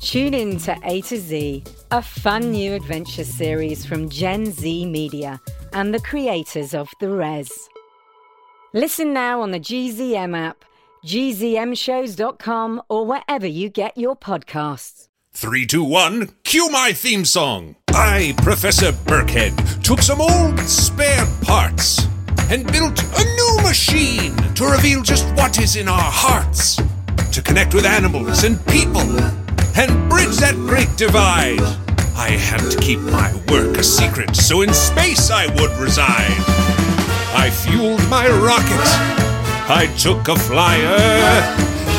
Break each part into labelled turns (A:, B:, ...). A: Tune in to A to Z, a fun new adventure series from Gen Z Media and the creators of The Res. Listen now on the GZM app, gzmshows.com, or wherever you get your podcasts.
B: Three, two, one, cue my theme song. I, Professor Burkhead, took some old spare parts and built a new machine to reveal just what is in our hearts, to connect with animals and people, and bridge that great divide. I had to keep my work a secret, so in space I would reside. I fueled my rocket. I took a flyer.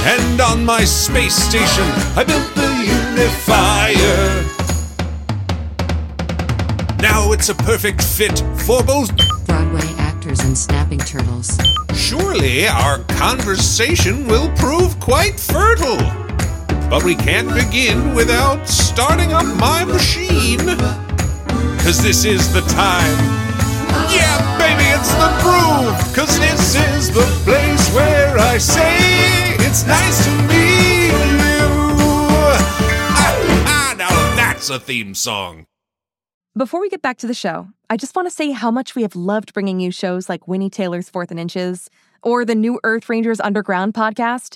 B: And on my space station, I built the unifier. Now it's a perfect fit for both.
C: Broadway actors and snapping turtles.
B: Surely our conversation will prove quite fertile. But we can't begin without starting up my machine. Cause this is the time. Yeah, baby, it's the groove. Cause this is the place where I say it's nice to meet you. Ah, ah, now that's a theme song.
D: Before we get back to the show, I just want to say how much we have loved bringing you shows like Winnie Taylor's Fourth and Inches or the new Earth Rangers Underground podcast,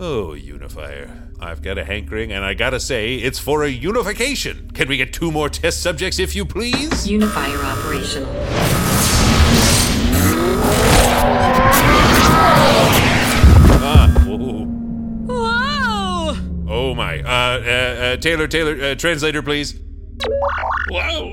B: Oh, Unifier. I've got a hankering, and I gotta say, it's for a unification. Can we get two more test subjects, if you please?
C: Unifier operational.
B: Ah, whoa.
E: Whoa!
B: Oh my. Uh, uh, uh, Taylor, Taylor, uh, translator, please.
F: Whoa!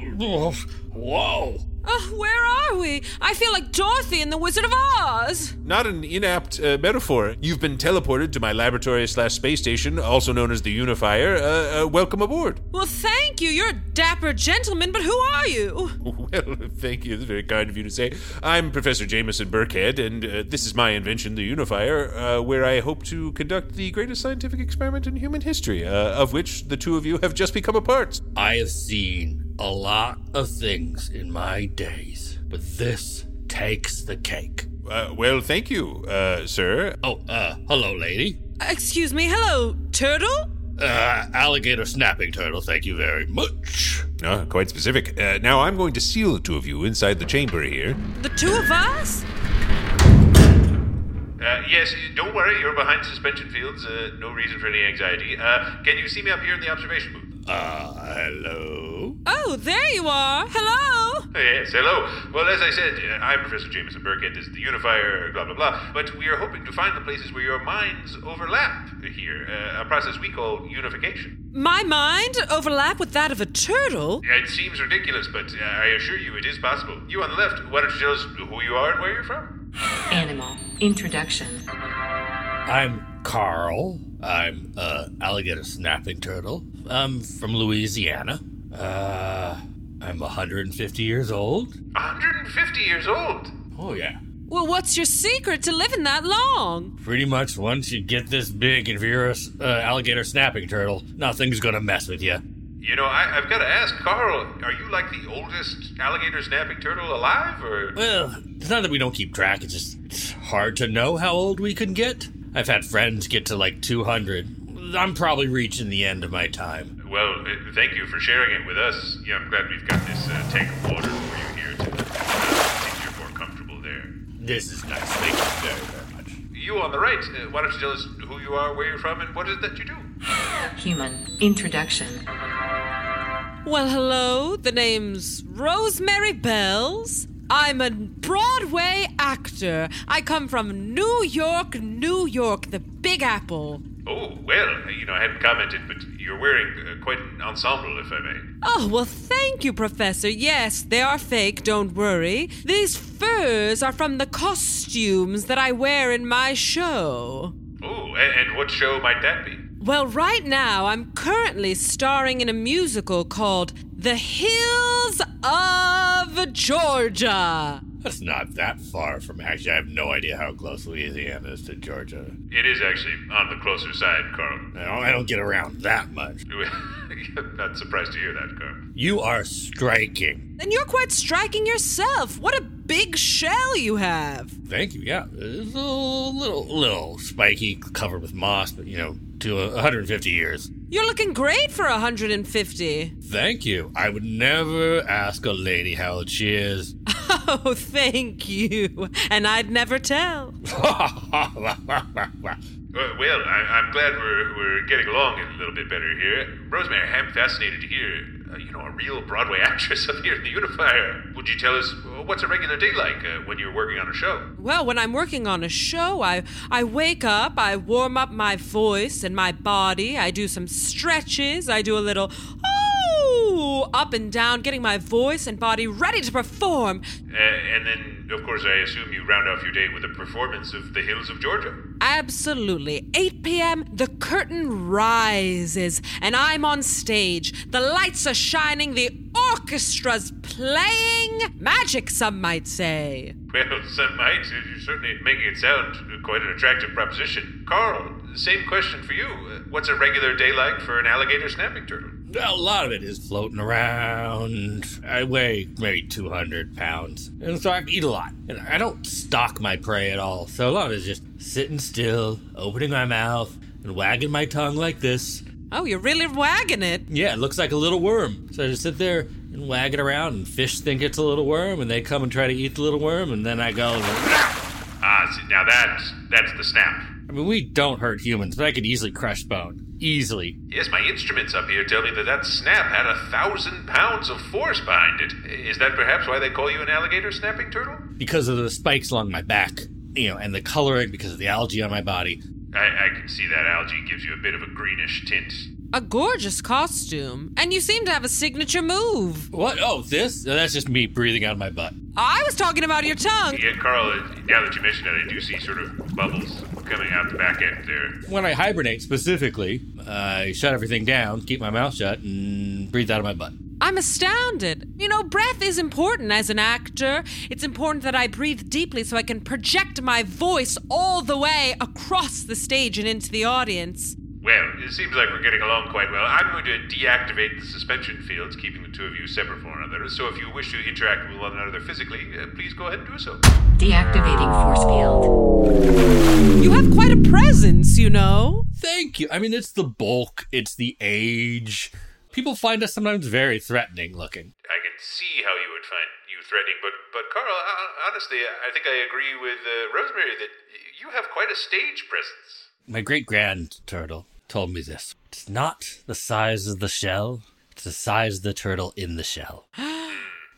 F: Whoa!
E: Oh, where are we? I feel like Dorothy in The Wizard of Oz.
B: Not an inapt uh, metaphor. You've been teleported to my laboratory slash space station, also known as the Unifier. Uh, uh, welcome aboard.
E: Well, thank you. You're a dapper gentleman, but who are you?
B: Well, thank you. It's very kind of you to say. I'm Professor Jameson Burkhead, and uh, this is my invention, the Unifier, uh, where I hope to conduct the greatest scientific experiment in human history, uh, of which the two of you have just become a part.
F: I have seen a lot of things in my days, but this takes the cake.
B: Uh, well, thank you, uh, sir.
F: Oh, uh, hello, lady.
E: Excuse me. Hello, turtle?
F: Uh, alligator snapping turtle, thank you very much.
B: Ah, quite specific. Uh, now I'm going to seal the two of you inside the chamber here.
E: The two of us?
B: Uh, yes, don't worry. You're behind suspension fields. Uh, no reason for any anxiety. Uh, can you see me up here in the observation booth?
F: Uh, hello?
E: Oh, there you are. Hello.
B: Yes, hello. Well, as I said, uh, I'm Professor Jameson Burkett, this is the Unifier, blah, blah, blah. But we are hoping to find the places where your minds overlap here, uh, a process we call unification.
E: My mind overlap with that of a turtle.
B: It seems ridiculous, but uh, I assure you it is possible. You on the left, why don't you tell us who you are and where you're from?
C: Animal. Introduction.
F: I'm Carl. I'm uh, alligator snapping turtle. I'm from Louisiana. Uh, I'm 150 years old.
B: 150 years old!
F: Oh, yeah.
E: Well, what's your secret to living that long?
F: Pretty much once you get this big and if you're a s- uh, alligator snapping turtle, nothing's gonna mess with you.
B: You know, I, I've got to ask, Carl, are you like the oldest alligator snapping turtle alive, or.
F: Well, it's not that we don't keep track, it's just it's hard to know how old we can get. I've had friends get to like 200. I'm probably reaching the end of my time.
B: Well, uh, thank you for sharing it with us. Yeah, I'm glad we've got this uh, tank of water for you here to uh, make you more comfortable there.
F: This is nice. Thank you very, very much.
B: You on the right, uh, why don't you tell us who you are, where you're from, and what is it that you do?
C: Human. Introduction.
E: Well, hello. The name's Rosemary Bells. I'm a Broadway actor. I come from New York, New York, the Big Apple.
G: Oh, well, you know, I hadn't commented, but you're wearing uh, quite an ensemble, if I may.
E: Oh, well, thank you, Professor. Yes, they are fake, don't worry. These furs are from the costumes that I wear in my show.
G: Oh, and, and what show might that be?
E: Well, right now, I'm currently starring in a musical called The Hills of Georgia.
F: That's not that far from actually. I have no idea how close Louisiana is to Georgia.
G: It is actually on the closer side, Carl.
F: I don't, I don't get around that much.
G: Not surprised to hear that, Carl.
F: You are striking.
E: And you're quite striking yourself. What a big shell you have.
F: Thank you. Yeah, it's a little, little, little spiky, covered with moss, but you know, to uh, 150 years.
E: You're looking great for 150.
F: Thank you. I would never ask a lady how old she is.
E: Oh, thank you. And I'd never tell.
G: Uh, well, I, I'm glad we're, we're getting along a little bit better here. Rosemary, I'm fascinated to hear, uh, you know, a real Broadway actress up here in the Unifier. Would you tell us uh, what's a regular day like uh, when you're working on a show?
E: Well, when I'm working on a show, I, I wake up, I warm up my voice and my body, I do some stretches, I do a little oh up and down, getting my voice and body ready to perform.
G: Uh, and then, of course, I assume you round off your day with a performance of The Hills of Georgia.
E: Absolutely. 8 p.m., the curtain rises, and I'm on stage. The lights are shining, the orchestra's playing magic, some might say.
G: Well, some might. uh, You're certainly making it sound quite an attractive proposition. Carl, same question for you. Uh, What's a regular day like for an alligator snapping turtle?
F: a lot of it is floating around. I weigh maybe 200 pounds. And so I eat a lot. And I don't stalk my prey at all. So a lot of it is just sitting still, opening my mouth, and wagging my tongue like this.
E: Oh, you're really wagging it.
F: Yeah, it looks like a little worm. So I just sit there and wag it around, and fish think it's a little worm, and they come and try to eat the little worm, and then I go.
G: Ah, see, now that's, that's the snap.
F: I mean, we don't hurt humans, but I could easily crush bone. Easily.
G: Yes, my instruments up here tell me that that snap had a thousand pounds of force behind it. Is that perhaps why they call you an alligator snapping turtle?
F: Because of the spikes along my back, you know, and the coloring because of the algae on my body.
G: I, I can see that algae gives you a bit of a greenish tint.
E: A gorgeous costume. And you seem to have a signature move.
F: What? Oh, this? No, that's just me breathing out of my butt.
E: I was talking about your tongue.
G: Yeah, Carl, uh, now that you mention it, I do see sort of bubbles coming out the back end there.
F: When I hibernate specifically, I shut everything down, keep my mouth shut, and breathe out of my butt.
E: I'm astounded. You know, breath is important as an actor. It's important that I breathe deeply so I can project my voice all the way across the stage and into the audience.
G: Well, it seems like we're getting along quite well. I'm going to deactivate the suspension fields, keeping the two of you separate from one another. So if you wish to interact with one another physically, uh, please go ahead and do so.
C: Deactivating force field.
E: You have quite a presence, you know.
F: Thank you. I mean, it's the bulk, it's the age. People find us sometimes very threatening looking.
G: I can see how you would find you threatening, but but Carl, uh, honestly, I think I agree with uh, Rosemary that y- you have quite a stage presence.
F: My great grand turtle told me this it's not the size of the shell, it's the size of the turtle in the shell.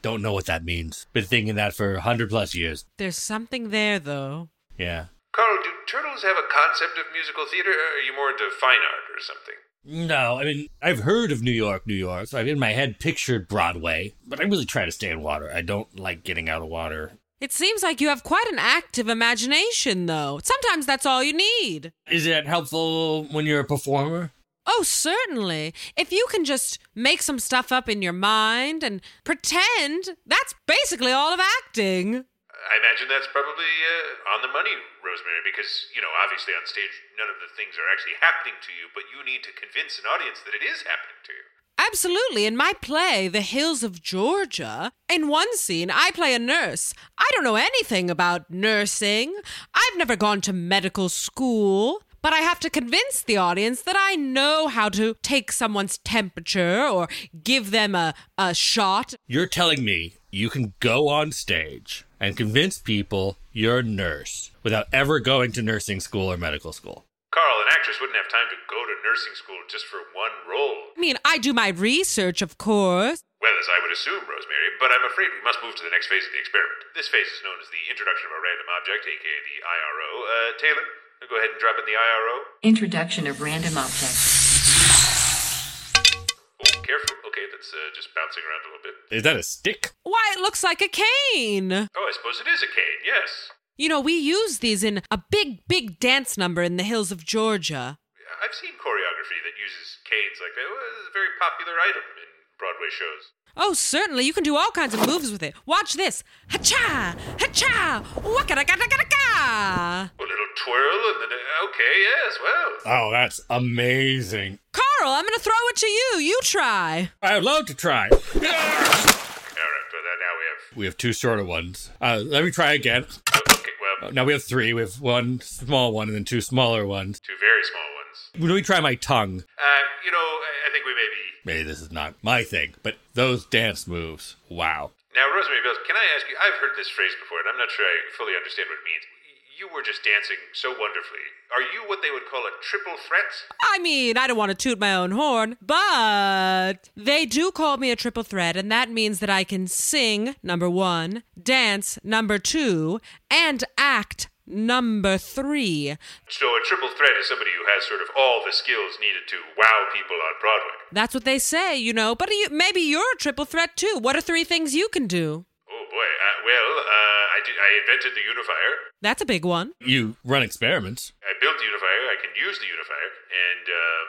F: Don't know what that means. Been thinking that for 100 plus years.
E: There's something there, though.
F: Yeah.
G: Carl, do turtles have a concept of musical theater, or are you more into fine art or something?
F: No, I mean, I've heard of New York, New York, so I've in my head pictured Broadway, but I really try to stay in water. I don't like getting out of water.
E: It seems like you have quite an active imagination, though. Sometimes that's all you need.
F: Is it helpful when you're a performer?
E: Oh, certainly. If you can just make some stuff up in your mind and pretend, that's basically all of acting.
G: I imagine that's probably uh, on the money, Rosemary, because, you know, obviously on stage, none of the things are actually happening to you, but you need to convince an audience that it is happening to you.
E: Absolutely. In my play, The Hills of Georgia, in one scene, I play a nurse. I don't know anything about nursing. I've never gone to medical school, but I have to convince the audience that I know how to take someone's temperature or give them a, a shot.
F: You're telling me you can go on stage and convince people you're a nurse without ever going to nursing school or medical school.
G: Carl, an actress wouldn't have time to go to nursing school just for one role.
D: I mean, I do my research, of course.
G: Well, as I would assume, Rosemary, but I'm afraid we must move to the next phase of the experiment. This phase is known as the introduction of a random object, aka the IRO. Uh, Taylor, go ahead and drop in the IRO.
C: Introduction of random objects.
G: Oh, careful. Okay, that's uh, just bouncing around a little bit.
F: Is that a stick?
D: Why, it looks like a cane.
G: Oh, I suppose it is a cane, yes.
D: Uh. You know, we use these in a big, big dance number in the hills of Georgia.
G: I've seen choreography that uses canes like that. Well, It's a very popular item in Broadway shows.
D: Oh, certainly. You can do all kinds of moves with it. Watch this. Ha-cha! Ha-cha! Waka-da-ga-da-ga-da-ga!
G: A little twirl and then, okay, yes, well.
F: Oh, that's amazing.
D: Carl, I'm gonna throw it to you. You try.
F: I would love to try.
G: All right, but uh, now we have.
F: We have two shorter ones. Uh, let me try again.
G: Okay, well,
F: Uh, Now we have three. We have one small one and then two smaller ones.
G: two very small ones.
F: Let me try my tongue.
G: Uh, you know, I, I think we may be.
F: Maybe this is not my thing, but those dance moves. Wow.
G: Now, Rosemary Bills, can I ask you? I've heard this phrase before, and I'm not sure I fully understand what it means. You were just dancing so wonderfully. Are you what they would call a triple threat?
D: I mean, I don't want to toot my own horn, but they do call me a triple threat, and that means that I can sing, number one, dance, number two, and act, number three.
G: So, a triple threat is somebody who has sort of all the skills needed to wow people on Broadway.
D: That's what they say, you know, but you, maybe you're a triple threat too. What are three things you can do?
G: Oh boy. Uh, well, uh, I, did, I invented the unifier.
D: That's a big one.
F: You run experiments.
G: I built the unifier. I can use the unifier. And um,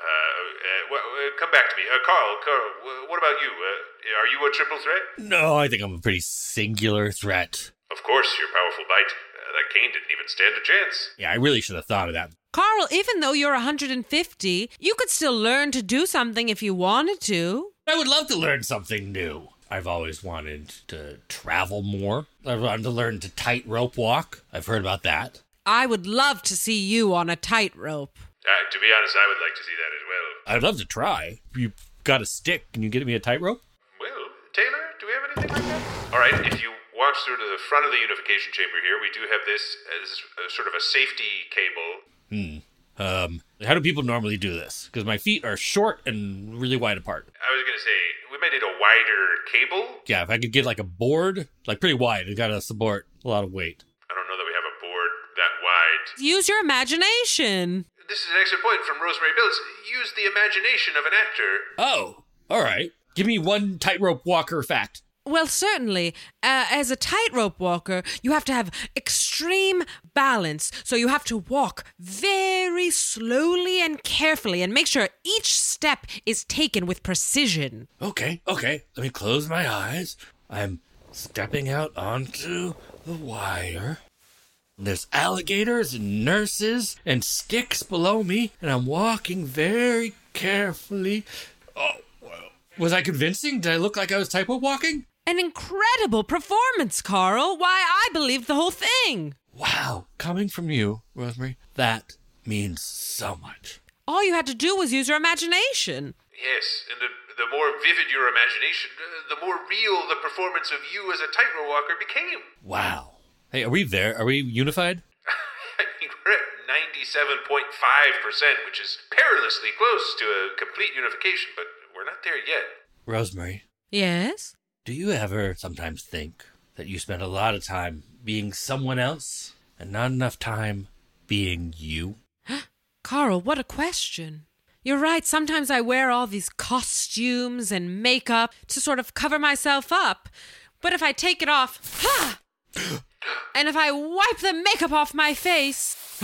G: uh, uh, well, uh, come back to me, uh, Carl. Carl, wh- what about you? Uh, are you a triple threat?
F: No, I think I'm a pretty singular threat.
G: Of course, your powerful bite. Uh, that cane didn't even stand a chance.
F: Yeah, I really should have thought of that.
D: Carl, even though you're 150, you could still learn to do something if you wanted to.
F: I would love to learn something new. I've always wanted to travel more. I've wanted to learn to tightrope walk. I've heard about that.
D: I would love to see you on a tightrope.
G: Uh, to be honest, I would like to see that as well.
F: I'd love to try. You got a stick? Can you get me a tightrope?
G: Well, Taylor, do we have anything like that? All right, if you walk through to the front of the unification chamber here, we do have this as a, sort of a safety cable.
F: Um, how do people normally do this? Because my feet are short and really wide apart.
G: I was going to say, we might need a wider cable.
F: Yeah, if I could get like a board, like pretty wide, it got to support a lot of weight.
G: I don't know that we have a board that wide.
D: Use your imagination.
G: This is an extra point from Rosemary Bills. Use the imagination of an actor.
F: Oh, all right. Give me one tightrope walker fact.
D: Well, certainly. Uh, as a tightrope walker, you have to have extreme balance. So you have to walk very slowly and carefully and make sure each step is taken with precision.
F: Okay, okay. Let me close my eyes. I'm stepping out onto the wire. There's alligators and nurses and sticks below me, and I'm walking very carefully. Oh, well. Was I convincing? Did I look like I was tightrope walking?
D: An incredible performance, Carl. Why, I believed the whole thing.
F: Wow, coming from you, Rosemary, that means so much.
D: All you had to do was use your imagination.
G: Yes, and the, the more vivid your imagination, uh, the more real the performance of you as a tightrope walker became.
F: Wow. Hey, are we there? Are we unified?
G: I mean, we're at 97.5%, which is perilously close to a complete unification, but we're not there yet.
F: Rosemary,
D: Yes?
F: do you ever sometimes think that you spend a lot of time being someone else and not enough time being you?
D: Carl, what a question. You're right. Sometimes I wear all these costumes and makeup to sort of cover myself up. But if I take it off, ha! and if I wipe the makeup off my face.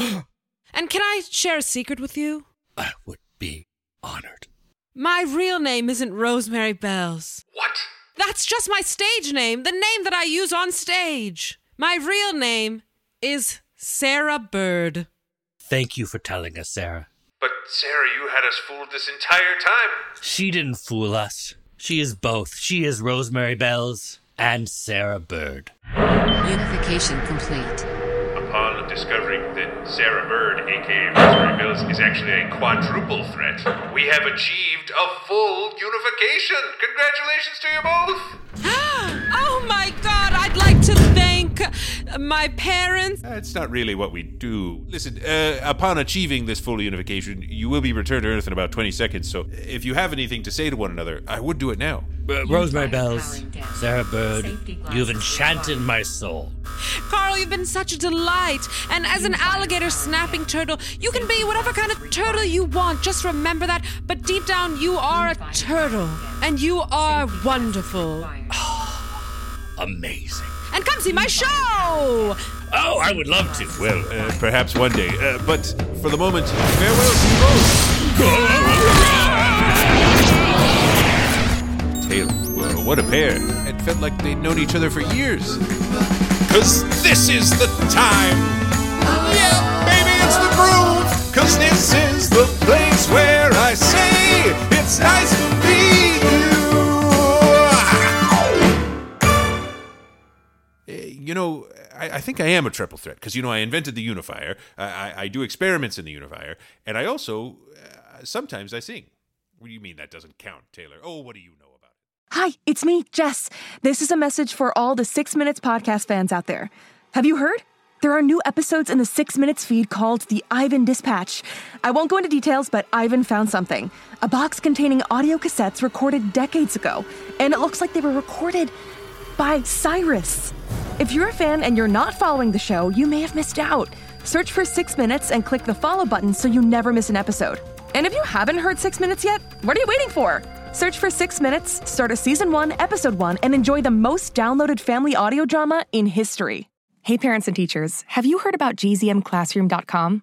D: and can I share a secret with you?
F: I would be honored.
D: My real name isn't Rosemary Bells.
G: What?
D: That's just my stage name, the name that I use on stage. My real name is Sarah Bird.
F: Thank you for telling us, Sarah.
G: But Sarah, you had us fooled this entire time.
F: She didn't fool us. She is both. She is Rosemary Bells and Sarah Bird.
C: Unification complete.
G: Upon discovering that Sarah Bird, aka Rosemary Bills, is actually a quadruple threat, we have achieved a full unification. Congratulations to you both!
D: oh my god, I'd like to thank
E: my parents.
G: That's not really what we do. Listen, uh, upon achieving this full unification, you will be returned to Earth in about 20 seconds, so if you have anything to say to one another, I would do it now.
F: Uh, Rosemary Bells, Sarah Bird, you've enchanted my soul.
E: Carl, you've been such a delight. And as an alligator snapping turtle, you can be whatever kind of turtle you want. Just remember that. But deep down, you are a turtle. And you are wonderful.
F: Ah, Amazing.
E: And come see my show!
F: Oh, I would love to. Well,
G: Uh, perhaps one day, uh, but for the moment, farewell to you both. Taylor, well, what a pair. It felt like they'd known each other for years.
B: Cause this is the time. Yeah, baby, it's the groove. Cause this is the place where I say it's nice to be you.
G: Uh, You know, I, I think I am a triple threat because you know I invented the unifier. I, I, I do experiments in the unifier, and I also uh, sometimes I sing. What do you mean that doesn't count, Taylor? Oh, what do you know about it?
D: Hi, it's me, Jess. This is a message for all the Six Minutes podcast fans out there. Have you heard? There are new episodes in the Six Minutes feed called the Ivan Dispatch. I won't go into details, but Ivan found something a box containing audio cassettes recorded decades ago, and it looks like they were recorded by Cyrus. If you're a fan and you're not following the show, you may have missed out. Search for Six Minutes and click the follow button so you never miss an episode. And if you haven't heard Six Minutes yet, what are you waiting for? Search for Six Minutes, start a season one, episode one, and enjoy the most downloaded family audio drama in history. Hey, parents and teachers, have you heard about gzmclassroom.com?